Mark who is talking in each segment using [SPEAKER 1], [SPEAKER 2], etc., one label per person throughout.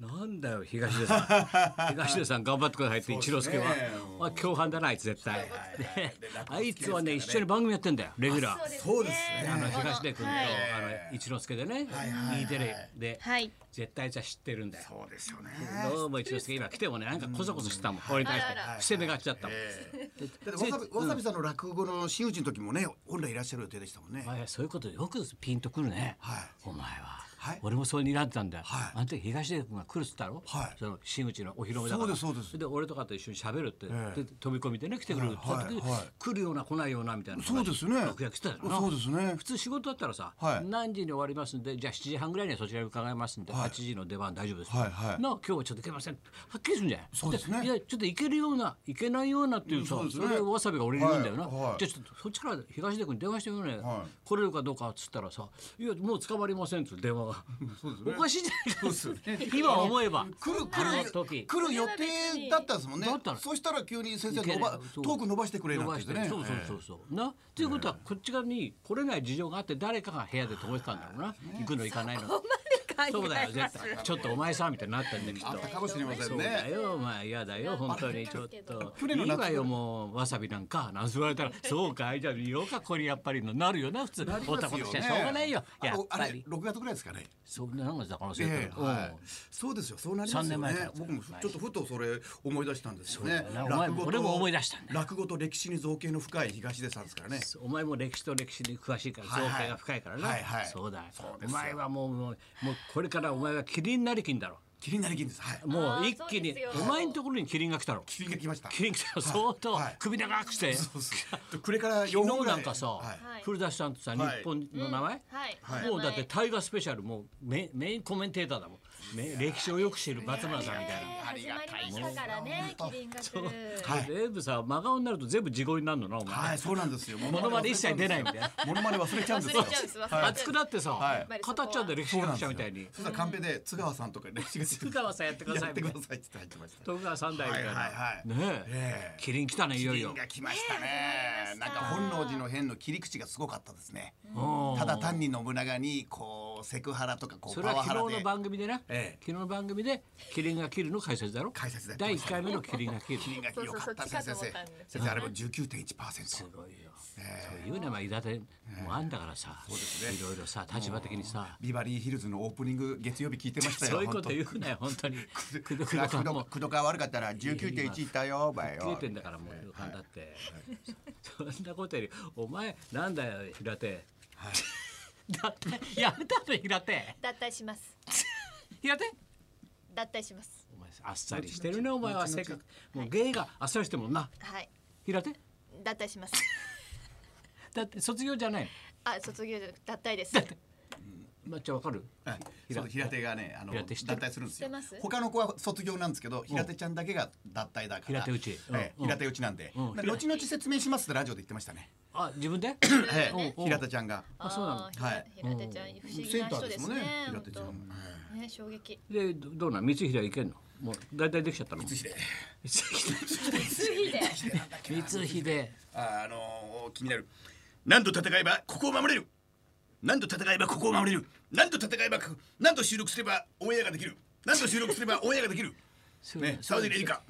[SPEAKER 1] なんだよ東出さん 東出さん頑張ってくださいって一之輔は、
[SPEAKER 2] そうですね
[SPEAKER 1] まあ、共犯だなあいつ絶対、
[SPEAKER 2] いはい
[SPEAKER 1] ね
[SPEAKER 2] で落語
[SPEAKER 1] あ
[SPEAKER 2] 好き
[SPEAKER 1] い
[SPEAKER 2] で
[SPEAKER 1] つはね
[SPEAKER 2] すからね
[SPEAKER 1] 一緒に番組やってんだよレギュラー
[SPEAKER 2] そうです
[SPEAKER 1] あの
[SPEAKER 2] ね
[SPEAKER 1] 東出君と、
[SPEAKER 3] はい
[SPEAKER 1] あの一之輔でね、
[SPEAKER 2] いはいはい
[SPEAKER 1] E テレで、
[SPEAKER 3] はい
[SPEAKER 1] 絶対じゃ知ってるんだよ
[SPEAKER 2] そうですよね
[SPEAKER 1] どうも一之輔今来てもねなんかこそこそしてたもん俺に対して
[SPEAKER 3] あらら
[SPEAKER 1] 伏せ目がちだったもん、
[SPEAKER 2] だってわさびわさびさんの落語の真打ちの時もね本来いらっしゃる予定でしたもんね
[SPEAKER 1] お前はそういうことよくピンとくるね、
[SPEAKER 2] はい
[SPEAKER 1] お前は、
[SPEAKER 2] はい
[SPEAKER 1] 俺もそうにらんでたんだよ、
[SPEAKER 2] はい
[SPEAKER 1] あの時東出君が来るっつったろ、
[SPEAKER 2] はい
[SPEAKER 1] その新内のお披露目だから
[SPEAKER 2] そうですそうです
[SPEAKER 1] 俺とかと一緒に喋るって、
[SPEAKER 2] ええ
[SPEAKER 1] で飛び込みでね来てくれるって言った時に、
[SPEAKER 2] はいはい
[SPEAKER 1] 来るような来ないようなみたいな
[SPEAKER 2] そうですね
[SPEAKER 1] 楽屋来てたよな
[SPEAKER 2] そうですね
[SPEAKER 1] 普通仕事だったらさ、
[SPEAKER 2] はい
[SPEAKER 1] 何時に終わりますんでじゃあ7時半ぐらいにはそちらに伺いますんで、
[SPEAKER 2] はい
[SPEAKER 1] 8時の出番大丈夫です、
[SPEAKER 2] はいはい
[SPEAKER 1] なあ今日はちょっと行けませんはっきりするんじゃない
[SPEAKER 2] そうですね
[SPEAKER 1] いやちょっと行けるような行けないようなっていうさ、
[SPEAKER 2] うんそうですね
[SPEAKER 1] れでわさびが俺に言うんだよな、
[SPEAKER 2] はいはい
[SPEAKER 1] じゃあちょっとそっちから東出君に電話してみようね、
[SPEAKER 2] は
[SPEAKER 1] 来れるかどうかっつったらさ「いやもう捕まりません」っつって電話が、おかしいじゃないか 今思えば
[SPEAKER 2] 来る
[SPEAKER 1] あ
[SPEAKER 2] 来
[SPEAKER 1] の
[SPEAKER 2] る
[SPEAKER 1] 時
[SPEAKER 2] 来る予定だったんですもんね
[SPEAKER 1] だったの
[SPEAKER 2] そしたら急に先生
[SPEAKER 1] いけ
[SPEAKER 2] 伸
[SPEAKER 1] ね
[SPEAKER 2] ば
[SPEAKER 1] そ
[SPEAKER 2] ト
[SPEAKER 1] う
[SPEAKER 2] ーク伸ばしてくれな
[SPEAKER 1] 伸
[SPEAKER 2] ん
[SPEAKER 1] ば
[SPEAKER 2] て
[SPEAKER 1] し
[SPEAKER 2] 言
[SPEAKER 1] て
[SPEAKER 2] ってね
[SPEAKER 1] そうそうそうそうなということはこっち側に来れない事情があって誰かが部屋で通ってたんだろうな行くの行かないのそうだよ絶対ちょっとお前さんみたいになったんだよきっ
[SPEAKER 2] あ
[SPEAKER 1] と
[SPEAKER 2] ったかもしれませ
[SPEAKER 1] そ
[SPEAKER 2] ん
[SPEAKER 1] うだ
[SPEAKER 2] ね
[SPEAKER 1] よ、まあ嫌だよ、本当にちょっと。
[SPEAKER 2] 船の
[SPEAKER 1] いい
[SPEAKER 2] 夏
[SPEAKER 1] わよ、もうわさびなんか、なんす言われたら、そうかい、じゃあ、よか、これやっぱりの、なるよな、普通。
[SPEAKER 2] なりますよね
[SPEAKER 1] 男としてはしょうがないよ、や
[SPEAKER 2] あ
[SPEAKER 1] っ
[SPEAKER 2] おあ
[SPEAKER 1] ぱ
[SPEAKER 2] れ
[SPEAKER 1] り。
[SPEAKER 2] 6月ぐらいですかね
[SPEAKER 1] そんな、なんかだから、それ
[SPEAKER 2] ええ
[SPEAKER 1] と。
[SPEAKER 2] は
[SPEAKER 1] う
[SPEAKER 2] い
[SPEAKER 1] ん
[SPEAKER 2] そうですよそうなります
[SPEAKER 1] 三年
[SPEAKER 2] よ
[SPEAKER 1] 前か
[SPEAKER 2] ね
[SPEAKER 1] ら
[SPEAKER 2] 僕もちょっとふとそれ思い出したんですよね
[SPEAKER 1] そうだよなお前も俺も思い出したんだよ
[SPEAKER 2] 落語と歴史に造形の深い東出さんですからね
[SPEAKER 1] お前も歴史と歴史に詳しいから
[SPEAKER 2] はい
[SPEAKER 1] 造
[SPEAKER 2] はい
[SPEAKER 1] 形が深いからな、
[SPEAKER 2] はいはい
[SPEAKER 1] そうだ
[SPEAKER 2] そうで
[SPEAKER 1] お
[SPEAKER 2] すよ
[SPEAKER 1] 前はもうもうもうこれからお前はキリンなりきんだろ
[SPEAKER 2] 気になりきんですはい
[SPEAKER 1] も
[SPEAKER 3] あ
[SPEAKER 1] う
[SPEAKER 3] ー
[SPEAKER 1] 一気に
[SPEAKER 3] そうです
[SPEAKER 1] お
[SPEAKER 3] よ
[SPEAKER 1] 前のところにキリンが来たろ
[SPEAKER 2] キリンが来ました
[SPEAKER 1] キリン来たら
[SPEAKER 2] はい
[SPEAKER 1] 相当
[SPEAKER 2] はい
[SPEAKER 1] 首長くして
[SPEAKER 2] そうそうこれから4
[SPEAKER 1] 昨
[SPEAKER 2] 本
[SPEAKER 1] 日
[SPEAKER 2] ぐら
[SPEAKER 1] ないんかさ、
[SPEAKER 2] はい
[SPEAKER 3] はい
[SPEAKER 1] 古田さんとさ、
[SPEAKER 2] はい
[SPEAKER 1] 日本の名前、
[SPEAKER 3] はい
[SPEAKER 2] はい
[SPEAKER 1] もうだって大河スペシャルもうメメインコメンテーターだもんめ歴史をよく知る松村さんみたいな。
[SPEAKER 3] 始まりましたからねキリンが来る
[SPEAKER 2] はい
[SPEAKER 1] 全部さ真顔になると全部地声になるのなお前、
[SPEAKER 2] はいそうなん ですよモ
[SPEAKER 1] モノマネ一切出ない
[SPEAKER 2] い
[SPEAKER 1] みたいな
[SPEAKER 2] モノマネ忘れちゃうんですよ
[SPEAKER 3] 忘れちゃうんです忘れちゃう
[SPEAKER 1] 熱くなってさ、
[SPEAKER 2] はい
[SPEAKER 1] 語っちゃうんだよ歴史学者みたいに
[SPEAKER 2] そしたらカンペで津川さんとか歴史が津
[SPEAKER 1] 徳川さんやってください
[SPEAKER 2] やっ
[SPEAKER 1] み
[SPEAKER 2] て
[SPEAKER 1] たいな
[SPEAKER 2] くださいって入ってました
[SPEAKER 1] 徳川三代みたいな、
[SPEAKER 2] はいはいはい
[SPEAKER 1] ねえ
[SPEAKER 2] ええ
[SPEAKER 1] キリン来たねいよいよ
[SPEAKER 2] キリンが来ましたね
[SPEAKER 3] ね
[SPEAKER 2] なんか本能寺の変の切り口がすごかったですね
[SPEAKER 1] うん
[SPEAKER 2] ただ単に信長にこうセクハラとかこ
[SPEAKER 1] そうれ
[SPEAKER 2] パ
[SPEAKER 1] は
[SPEAKER 2] ワハラ
[SPEAKER 1] 昨日の
[SPEAKER 2] で
[SPEAKER 1] 番組でな、
[SPEAKER 2] ええ
[SPEAKER 1] 昨日の番組でキリンが切るの解説だろ
[SPEAKER 2] 解説でやって
[SPEAKER 1] 第
[SPEAKER 2] ま
[SPEAKER 1] 一
[SPEAKER 2] した
[SPEAKER 1] 回目のキリンが 切る
[SPEAKER 2] キリンが良かった
[SPEAKER 3] そうそ
[SPEAKER 2] 先
[SPEAKER 3] うそ
[SPEAKER 2] 生
[SPEAKER 3] っちか
[SPEAKER 2] 先
[SPEAKER 3] と思ったんで
[SPEAKER 2] 生あれも19.1%
[SPEAKER 1] すごいよ、そういう名前だてもうあんだからさ、
[SPEAKER 2] すね
[SPEAKER 1] いろいろさ立場的にさ、
[SPEAKER 2] ビバリーヒルズのオープニング月曜日聞いてました よ
[SPEAKER 1] そういうこと言
[SPEAKER 2] 本
[SPEAKER 1] うなよ本当にくど
[SPEAKER 2] 当
[SPEAKER 1] くどさんも
[SPEAKER 2] くどか悪かったら19.1いったよば
[SPEAKER 1] 切れ
[SPEAKER 2] よ
[SPEAKER 1] てんだからもう旅館だって、そんなことよりお前なんだよ平手、だ ってやめたの平手
[SPEAKER 3] 脱退します
[SPEAKER 1] 平手
[SPEAKER 3] 脱退します
[SPEAKER 1] お前あっさりしてるねお前はせっかくもう芸があっさりしてるもんな
[SPEAKER 3] はい
[SPEAKER 1] 平手
[SPEAKER 3] 脱退します
[SPEAKER 1] だって卒業じゃない
[SPEAKER 3] あ卒業じゃなく脱退です
[SPEAKER 1] まっちゃんわかる
[SPEAKER 2] はいそう平手がねあの
[SPEAKER 1] 平
[SPEAKER 2] 脱
[SPEAKER 1] 手知ってる
[SPEAKER 2] 退するんですよ
[SPEAKER 3] 知ってます
[SPEAKER 2] 他の子は卒業なんですけど平手ちゃんだけが脱退だから
[SPEAKER 1] 平手打ちうん
[SPEAKER 2] ええ
[SPEAKER 1] うん
[SPEAKER 2] 平手打ちなんで
[SPEAKER 1] うん
[SPEAKER 2] なんか後々説明しますってラジオで言ってましたね
[SPEAKER 1] あ自 分で
[SPEAKER 2] え
[SPEAKER 1] ね
[SPEAKER 2] え平手ちゃんが
[SPEAKER 1] あそうなの
[SPEAKER 3] あーひら
[SPEAKER 2] はい
[SPEAKER 3] 平手ちゃん不思議な人ですね
[SPEAKER 2] 平手ちゃん
[SPEAKER 3] 本
[SPEAKER 2] もはい
[SPEAKER 3] 当ね衝撃
[SPEAKER 1] でどどうなん光秀いけんのもう大体できちゃったの
[SPEAKER 2] 光秀
[SPEAKER 1] 光秀
[SPEAKER 3] 次で
[SPEAKER 1] 光秀
[SPEAKER 2] ああの気になる何度戦えばここを守れる何度戦えばここを守れる何度戦えばこ何度収録すればオンエアができる何度収録すればオンエアができるね沢尻エリカ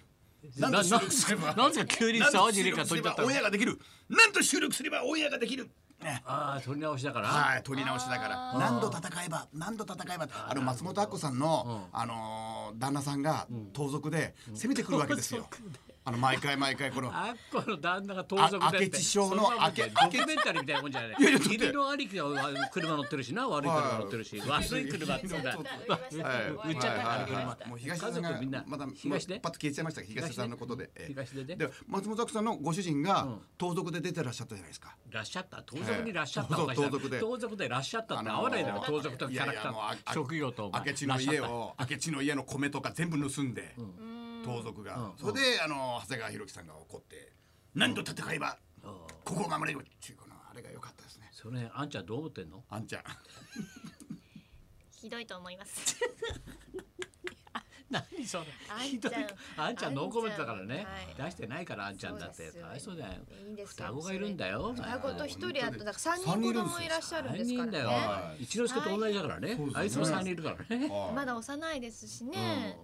[SPEAKER 1] な
[SPEAKER 2] 何
[SPEAKER 1] なん
[SPEAKER 2] 度収録すれば
[SPEAKER 1] なんですか急に沢尻か取り立った
[SPEAKER 2] オ
[SPEAKER 1] の
[SPEAKER 2] ンエアができる何度収録すればオンエアができるね
[SPEAKER 1] ああ取り直しだから、
[SPEAKER 2] はい取り直しだから何度戦えば何度戦えばあの松本明子さんのあのー旦那さんが盗賊で攻めてくるわけですよあの毎回毎回この
[SPEAKER 1] あっこの旦那が盗賊
[SPEAKER 2] あ
[SPEAKER 1] だって
[SPEAKER 2] 明智省の
[SPEAKER 1] そんなもんじゃ
[SPEAKER 2] 明
[SPEAKER 1] ないドキュメンタリーみたいなもんじゃない
[SPEAKER 2] いやいやだって
[SPEAKER 1] 義理の兄貴が車乗ってるしな悪い車乗ってるし悪い車って言うんだ
[SPEAKER 2] そう
[SPEAKER 3] 言いました
[SPEAKER 2] はい
[SPEAKER 3] ね
[SPEAKER 1] 売っちゃった
[SPEAKER 2] はいはい
[SPEAKER 1] あの
[SPEAKER 2] は
[SPEAKER 1] 車
[SPEAKER 2] いもう東出さん
[SPEAKER 1] 家族みんな
[SPEAKER 2] がまだ
[SPEAKER 1] 東出
[SPEAKER 2] パッと消えちゃいましたけど東出さんのことでええ
[SPEAKER 1] 東出ね
[SPEAKER 2] で松本明子さんのご主人が盗賊で出てらっしゃったじゃないですか
[SPEAKER 1] ラッシャッター盗賊にラッシャッター
[SPEAKER 2] ええ
[SPEAKER 1] おかしいな
[SPEAKER 2] 盗賊で
[SPEAKER 1] 盗賊でラッシャッターって
[SPEAKER 2] あのー
[SPEAKER 1] 合わないだろ盗賊とキャラクタ
[SPEAKER 2] いやいやもうあ
[SPEAKER 1] ー職業とお前
[SPEAKER 2] 明智の
[SPEAKER 1] ラッシ
[SPEAKER 2] 家
[SPEAKER 1] ャッター
[SPEAKER 2] を明智の家の米とか全部盗んで盗賊がそれであの長谷川博己さんが怒って何と戦えばここを守れるっていうこのあれが良かったですね
[SPEAKER 1] それあんちゃんどう思ってんの
[SPEAKER 2] あん ちゃん
[SPEAKER 3] ひどいと思います
[SPEAKER 1] 何そうだ
[SPEAKER 3] あんちゃん
[SPEAKER 1] ひどいあんちゃんノーコメントだからね
[SPEAKER 3] あんちゃんは
[SPEAKER 1] 出してないからあんちゃんだって
[SPEAKER 3] そうです
[SPEAKER 1] かわいそうだよ
[SPEAKER 3] いいんですよ
[SPEAKER 1] 双子がいるんだよ
[SPEAKER 3] 親子と一人あとなんか三
[SPEAKER 2] 三人
[SPEAKER 3] 人子
[SPEAKER 2] いるんですよ
[SPEAKER 3] 供いらっしゃるんで
[SPEAKER 1] 3
[SPEAKER 3] すか
[SPEAKER 1] 人だよ
[SPEAKER 3] らね。
[SPEAKER 1] 一之輔と同じだからね
[SPEAKER 2] はい
[SPEAKER 1] あいつも3人いるからね
[SPEAKER 2] はい
[SPEAKER 3] まだ幼いですしね。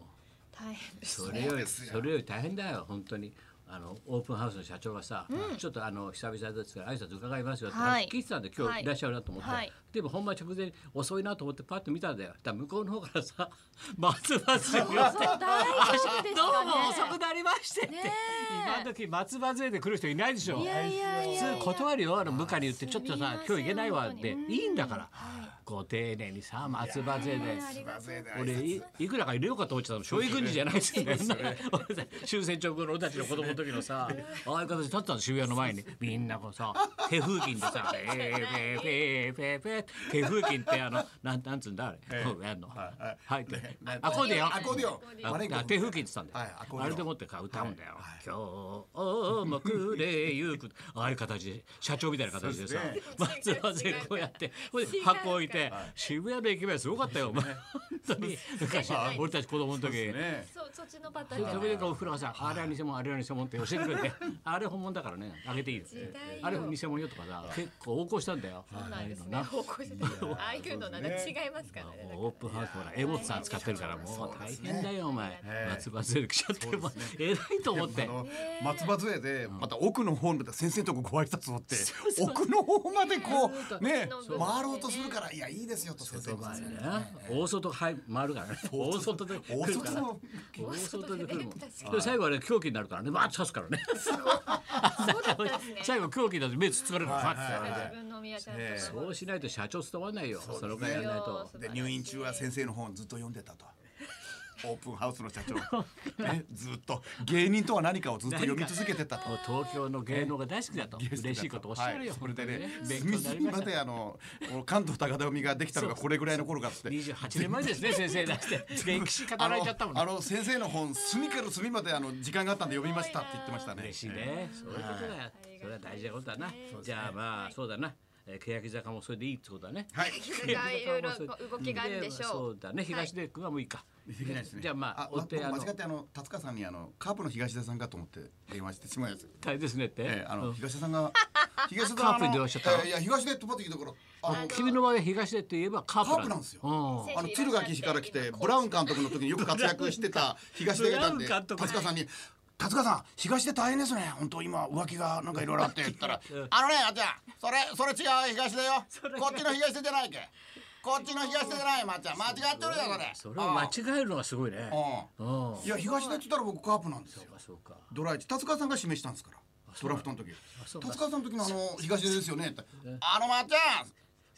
[SPEAKER 3] 大変です
[SPEAKER 1] そ
[SPEAKER 3] ね。
[SPEAKER 1] れよ
[SPEAKER 2] そう
[SPEAKER 1] り
[SPEAKER 2] ですよ
[SPEAKER 1] それより大変だよ本当にあのオープンハウスの社長がさ、ちょっとあの久々ですから挨拶伺いますよって
[SPEAKER 3] はい
[SPEAKER 1] 聞いてたんで今
[SPEAKER 3] は
[SPEAKER 1] 日
[SPEAKER 3] い
[SPEAKER 1] いらっしゃるなと思って、
[SPEAKER 3] はい
[SPEAKER 1] でも本番直前に遅いなと思ってパッと見たんだよだから向こうの方から さ「松葉杖を」
[SPEAKER 3] そう大丈夫ですかね。
[SPEAKER 1] どうも遅くなりまして」って、
[SPEAKER 3] ねえ
[SPEAKER 1] 今時松葉杖で来る人いないでしょ
[SPEAKER 3] いやいやいやいや。
[SPEAKER 1] 普通断るよあの部下に言ってちょっと
[SPEAKER 3] すみ
[SPEAKER 1] さ
[SPEAKER 3] ません
[SPEAKER 1] 今日行けないわっ
[SPEAKER 3] 本当
[SPEAKER 1] て
[SPEAKER 3] に
[SPEAKER 1] いいんだから
[SPEAKER 3] は
[SPEAKER 1] ご丁寧にさ松葉杖で
[SPEAKER 3] ありがとうございます
[SPEAKER 1] 俺いいくらか入れようかと思ってたの小軍事じゃないですよね。 終戦直後の俺たちの子供の時の さああいう形で立ってたの渋谷の前にみんなこうさ手風琴で さ「ペーペーペーペーペー」手風琴ってあのなんなんつうんだあれ、こうやんの、
[SPEAKER 2] はい
[SPEAKER 1] はい
[SPEAKER 2] ね
[SPEAKER 1] アコーディオン
[SPEAKER 2] アコーディオン
[SPEAKER 1] あ
[SPEAKER 2] マレンコ
[SPEAKER 1] あ手風琴って言ってたんだよ、
[SPEAKER 2] はいアコーディオン
[SPEAKER 1] あれでもってか歌うんだよ、今日も暮れゆくああいう形で社長みたいな形でさ
[SPEAKER 2] そうで
[SPEAKER 1] 松葉勢こうやってほいで箱置いて渋谷の駅前すごかったよお前本当に昔俺たち子供の時
[SPEAKER 2] ね
[SPEAKER 3] そうそっちのパターンじゃ
[SPEAKER 1] そ
[SPEAKER 3] な
[SPEAKER 1] れ
[SPEAKER 3] い。
[SPEAKER 1] でこうお風呂がさあれは偽物あれは偽物って教えてくれてあれ本物だからねあげていいよ
[SPEAKER 3] 時代よ
[SPEAKER 1] あれ偽物よとかさ結構横行したんだよ
[SPEAKER 3] そうなんです
[SPEAKER 1] ああいう
[SPEAKER 3] ね。
[SPEAKER 1] のな
[SPEAKER 3] 方向性ああいうのなんか違いますからね。
[SPEAKER 1] もうオープンハウスほら柄本さん使ってるからもう大変だよお前
[SPEAKER 2] ね
[SPEAKER 1] 松葉勢来ちゃってもう偉いと思っ
[SPEAKER 2] あ
[SPEAKER 1] て。
[SPEAKER 2] の松葉杖でまた奥の方の先生のとこご挨拶をって奥の方までこうね
[SPEAKER 3] そう
[SPEAKER 2] 回ろうとするからいやいいですよと先生が
[SPEAKER 1] 前ね、大外はい回るからね大外で来
[SPEAKER 2] 大
[SPEAKER 1] るか
[SPEAKER 2] 外
[SPEAKER 1] ら
[SPEAKER 2] の
[SPEAKER 1] 大外で来るもん
[SPEAKER 3] 大外でね確か
[SPEAKER 1] で最後はね狂気になるからねバーッと刺すからね
[SPEAKER 3] そうだったんですね。
[SPEAKER 1] 最後狂気だと目つつまれるからバッてやられて
[SPEAKER 3] 自分の宮ちゃんとこ
[SPEAKER 1] そうしないと社長務まんないよそのぐらいやらないと
[SPEAKER 3] そう
[SPEAKER 2] で入院中は先生の本をずっと読んでたと。オープンハウスの社長、ね、ずっと芸人とは何かをずっと読み続けてたと
[SPEAKER 1] もう東京の芸能が大好きだと嬉しいことおっしゃるよ、
[SPEAKER 2] はいそれでね
[SPEAKER 1] 勉強
[SPEAKER 2] 隅
[SPEAKER 1] になりま
[SPEAKER 2] 々ま
[SPEAKER 1] した
[SPEAKER 2] であの関東高田読みができたのがこれぐらいの頃かっつって
[SPEAKER 1] 28年前ですね先生 出して歴史語られちゃったもん
[SPEAKER 2] あ
[SPEAKER 1] ね
[SPEAKER 2] のあの先生の本隅から隅まであの時間があったんで読みましたって言ってましたね
[SPEAKER 1] 嬉しいねそういうことだよそれは大事なことだなじゃあまあそうだなえー欅坂もそれでいいってことだね
[SPEAKER 2] はい
[SPEAKER 3] がいろいろ動きがあるでし
[SPEAKER 1] そ
[SPEAKER 3] ょ
[SPEAKER 1] うだね東出君はもういいか、じゃあまあお
[SPEAKER 2] お手
[SPEAKER 1] 手あの
[SPEAKER 2] 間違ってあの達川さんにあのカープの東田さんかと思って電話してしまいます
[SPEAKER 1] 大変ですねって、
[SPEAKER 2] ええあ
[SPEAKER 1] う
[SPEAKER 2] の
[SPEAKER 1] ん
[SPEAKER 2] 東田さ んが東田さん
[SPEAKER 1] カープに電話しちゃったの
[SPEAKER 2] いや東で泊まってきたからあの
[SPEAKER 1] 君の場合東出って言えばカープ
[SPEAKER 2] カープなんですよ
[SPEAKER 1] うん
[SPEAKER 2] あの敦賀気比から来てブラウン監督の時によく活躍し てた東出がいたんで
[SPEAKER 1] ブラウン監
[SPEAKER 2] 達
[SPEAKER 1] 督
[SPEAKER 2] 川さんに「達川さん東出大変ですね本当今浮気がなんかいろいろあって」言った ら「あのねあちゃんそれそれ違う東出よこっちの東出じゃないけこっちの東出じゃないよまっちゃん間違ってるよ
[SPEAKER 1] そ
[SPEAKER 2] それ」
[SPEAKER 1] れを間
[SPEAKER 2] あ
[SPEAKER 1] 違えるのがすごいね
[SPEAKER 2] あ
[SPEAKER 1] うんあ
[SPEAKER 2] いや東出って言ったら僕カープなんですよ
[SPEAKER 1] そうか
[SPEAKER 2] ドラ1達川さんが指名したんですからドラフトの時
[SPEAKER 1] そうなんだ
[SPEAKER 2] 達川さんの時のあの東出ですよねってあのまっちゃん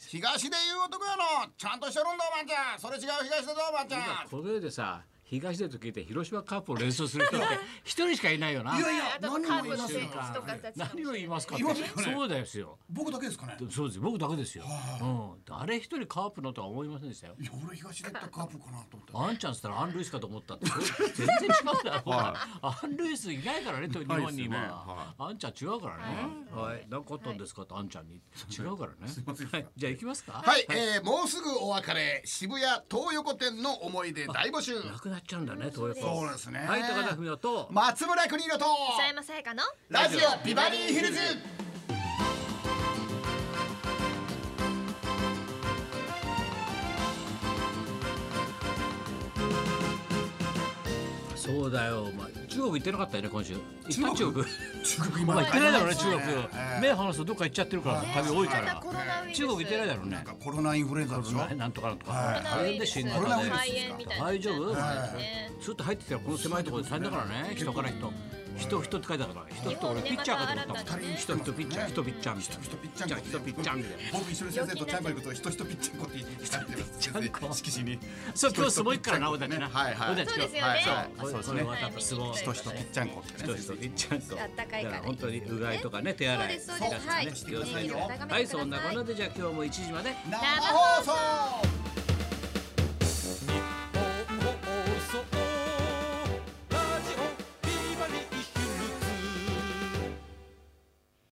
[SPEAKER 2] 東で言う男やのちゃんとしてるんだまっちゃんそれ違う東出だまっちゃん
[SPEAKER 1] この世でさ東出と聞いて広島カープを連想する人って一人しかいないよない
[SPEAKER 2] やいうや。
[SPEAKER 3] あとカープの選手とかたちの。
[SPEAKER 1] 何を言いますかって
[SPEAKER 2] いますよね
[SPEAKER 1] そうですよ
[SPEAKER 2] 僕だけですかね。
[SPEAKER 1] そうです僕だけですよ、うん、誰一人カープのとは思いませんでしたよ
[SPEAKER 2] いや俺東だったらカープかなと思った。
[SPEAKER 1] あんちゃんっつったらアン・ルイスかと思ったって全然違うだろう、アン・ルイスいないからね日本に今、
[SPEAKER 2] いないですねは
[SPEAKER 1] あんちゃん違うからねはい、何かあったんですかってあんちゃんに違うからねはい、じゃあ行きますか
[SPEAKER 2] はい、えー、もうすぐお別れ渋谷東横店の思い出大募集。
[SPEAKER 1] なくなっちゃうんだね東横
[SPEAKER 2] そうですね
[SPEAKER 1] はい高田文夫と
[SPEAKER 2] 松村邦洋と
[SPEAKER 3] 磯山さやかの。
[SPEAKER 2] ラジオビバリーヒルズ。
[SPEAKER 1] そうだよお前中国行ってなかったよね今週行った中
[SPEAKER 2] 中
[SPEAKER 1] 国
[SPEAKER 2] 国中国
[SPEAKER 1] お前行ってないだろうね中国
[SPEAKER 2] え
[SPEAKER 1] 目離すとどっか行っちゃってるから旅多いか
[SPEAKER 3] また
[SPEAKER 1] ら
[SPEAKER 3] コロナウイルス。
[SPEAKER 1] 中国行ってないだ
[SPEAKER 3] ろ。
[SPEAKER 1] ろう
[SPEAKER 2] ーな
[SPEAKER 1] ね
[SPEAKER 2] んかコロナインフルエンザでしょ。
[SPEAKER 1] なんとかなんとか
[SPEAKER 2] はい
[SPEAKER 1] 大変で新
[SPEAKER 3] 肺
[SPEAKER 1] 型
[SPEAKER 2] コロナウイ
[SPEAKER 1] で
[SPEAKER 2] ルス
[SPEAKER 3] 炎みたいな。
[SPEAKER 1] 大丈夫
[SPEAKER 3] ね
[SPEAKER 1] スッと入ってきたらこの狭いところで大変だからね人から人人人って書いてあるから人人俺ピッチャーかと思ったもん
[SPEAKER 3] 日本でまた新たにね
[SPEAKER 1] 人人ピッチャー人ピッチャーみたいな
[SPEAKER 2] 人ピッチャンコ
[SPEAKER 1] 人ピッチャーみたいな
[SPEAKER 2] 僕一緒に先生とチャンコ行くと人人ピッチャンコって言ってたんです
[SPEAKER 1] ャン コ
[SPEAKER 2] 色紙に
[SPEAKER 1] そう今日相撲行くからな俺たちな
[SPEAKER 2] はいはい
[SPEAKER 1] 俺た
[SPEAKER 3] そう
[SPEAKER 1] ち
[SPEAKER 3] で
[SPEAKER 1] 今日
[SPEAKER 3] すよね。
[SPEAKER 2] そうです
[SPEAKER 1] それ
[SPEAKER 2] ね
[SPEAKER 1] また相撲
[SPEAKER 2] 人人ピッチャンコってね
[SPEAKER 1] 人人ピッチャーと
[SPEAKER 3] あったかいから
[SPEAKER 1] だから本当にうがいとかね手洗い
[SPEAKER 3] そうですそう
[SPEAKER 1] 皆さ
[SPEAKER 3] です
[SPEAKER 1] んね
[SPEAKER 3] はい
[SPEAKER 1] 気をつけて
[SPEAKER 3] 免疫を高めてください
[SPEAKER 1] はいそんなこんなでじゃあ今日も1時まで
[SPEAKER 2] 生放送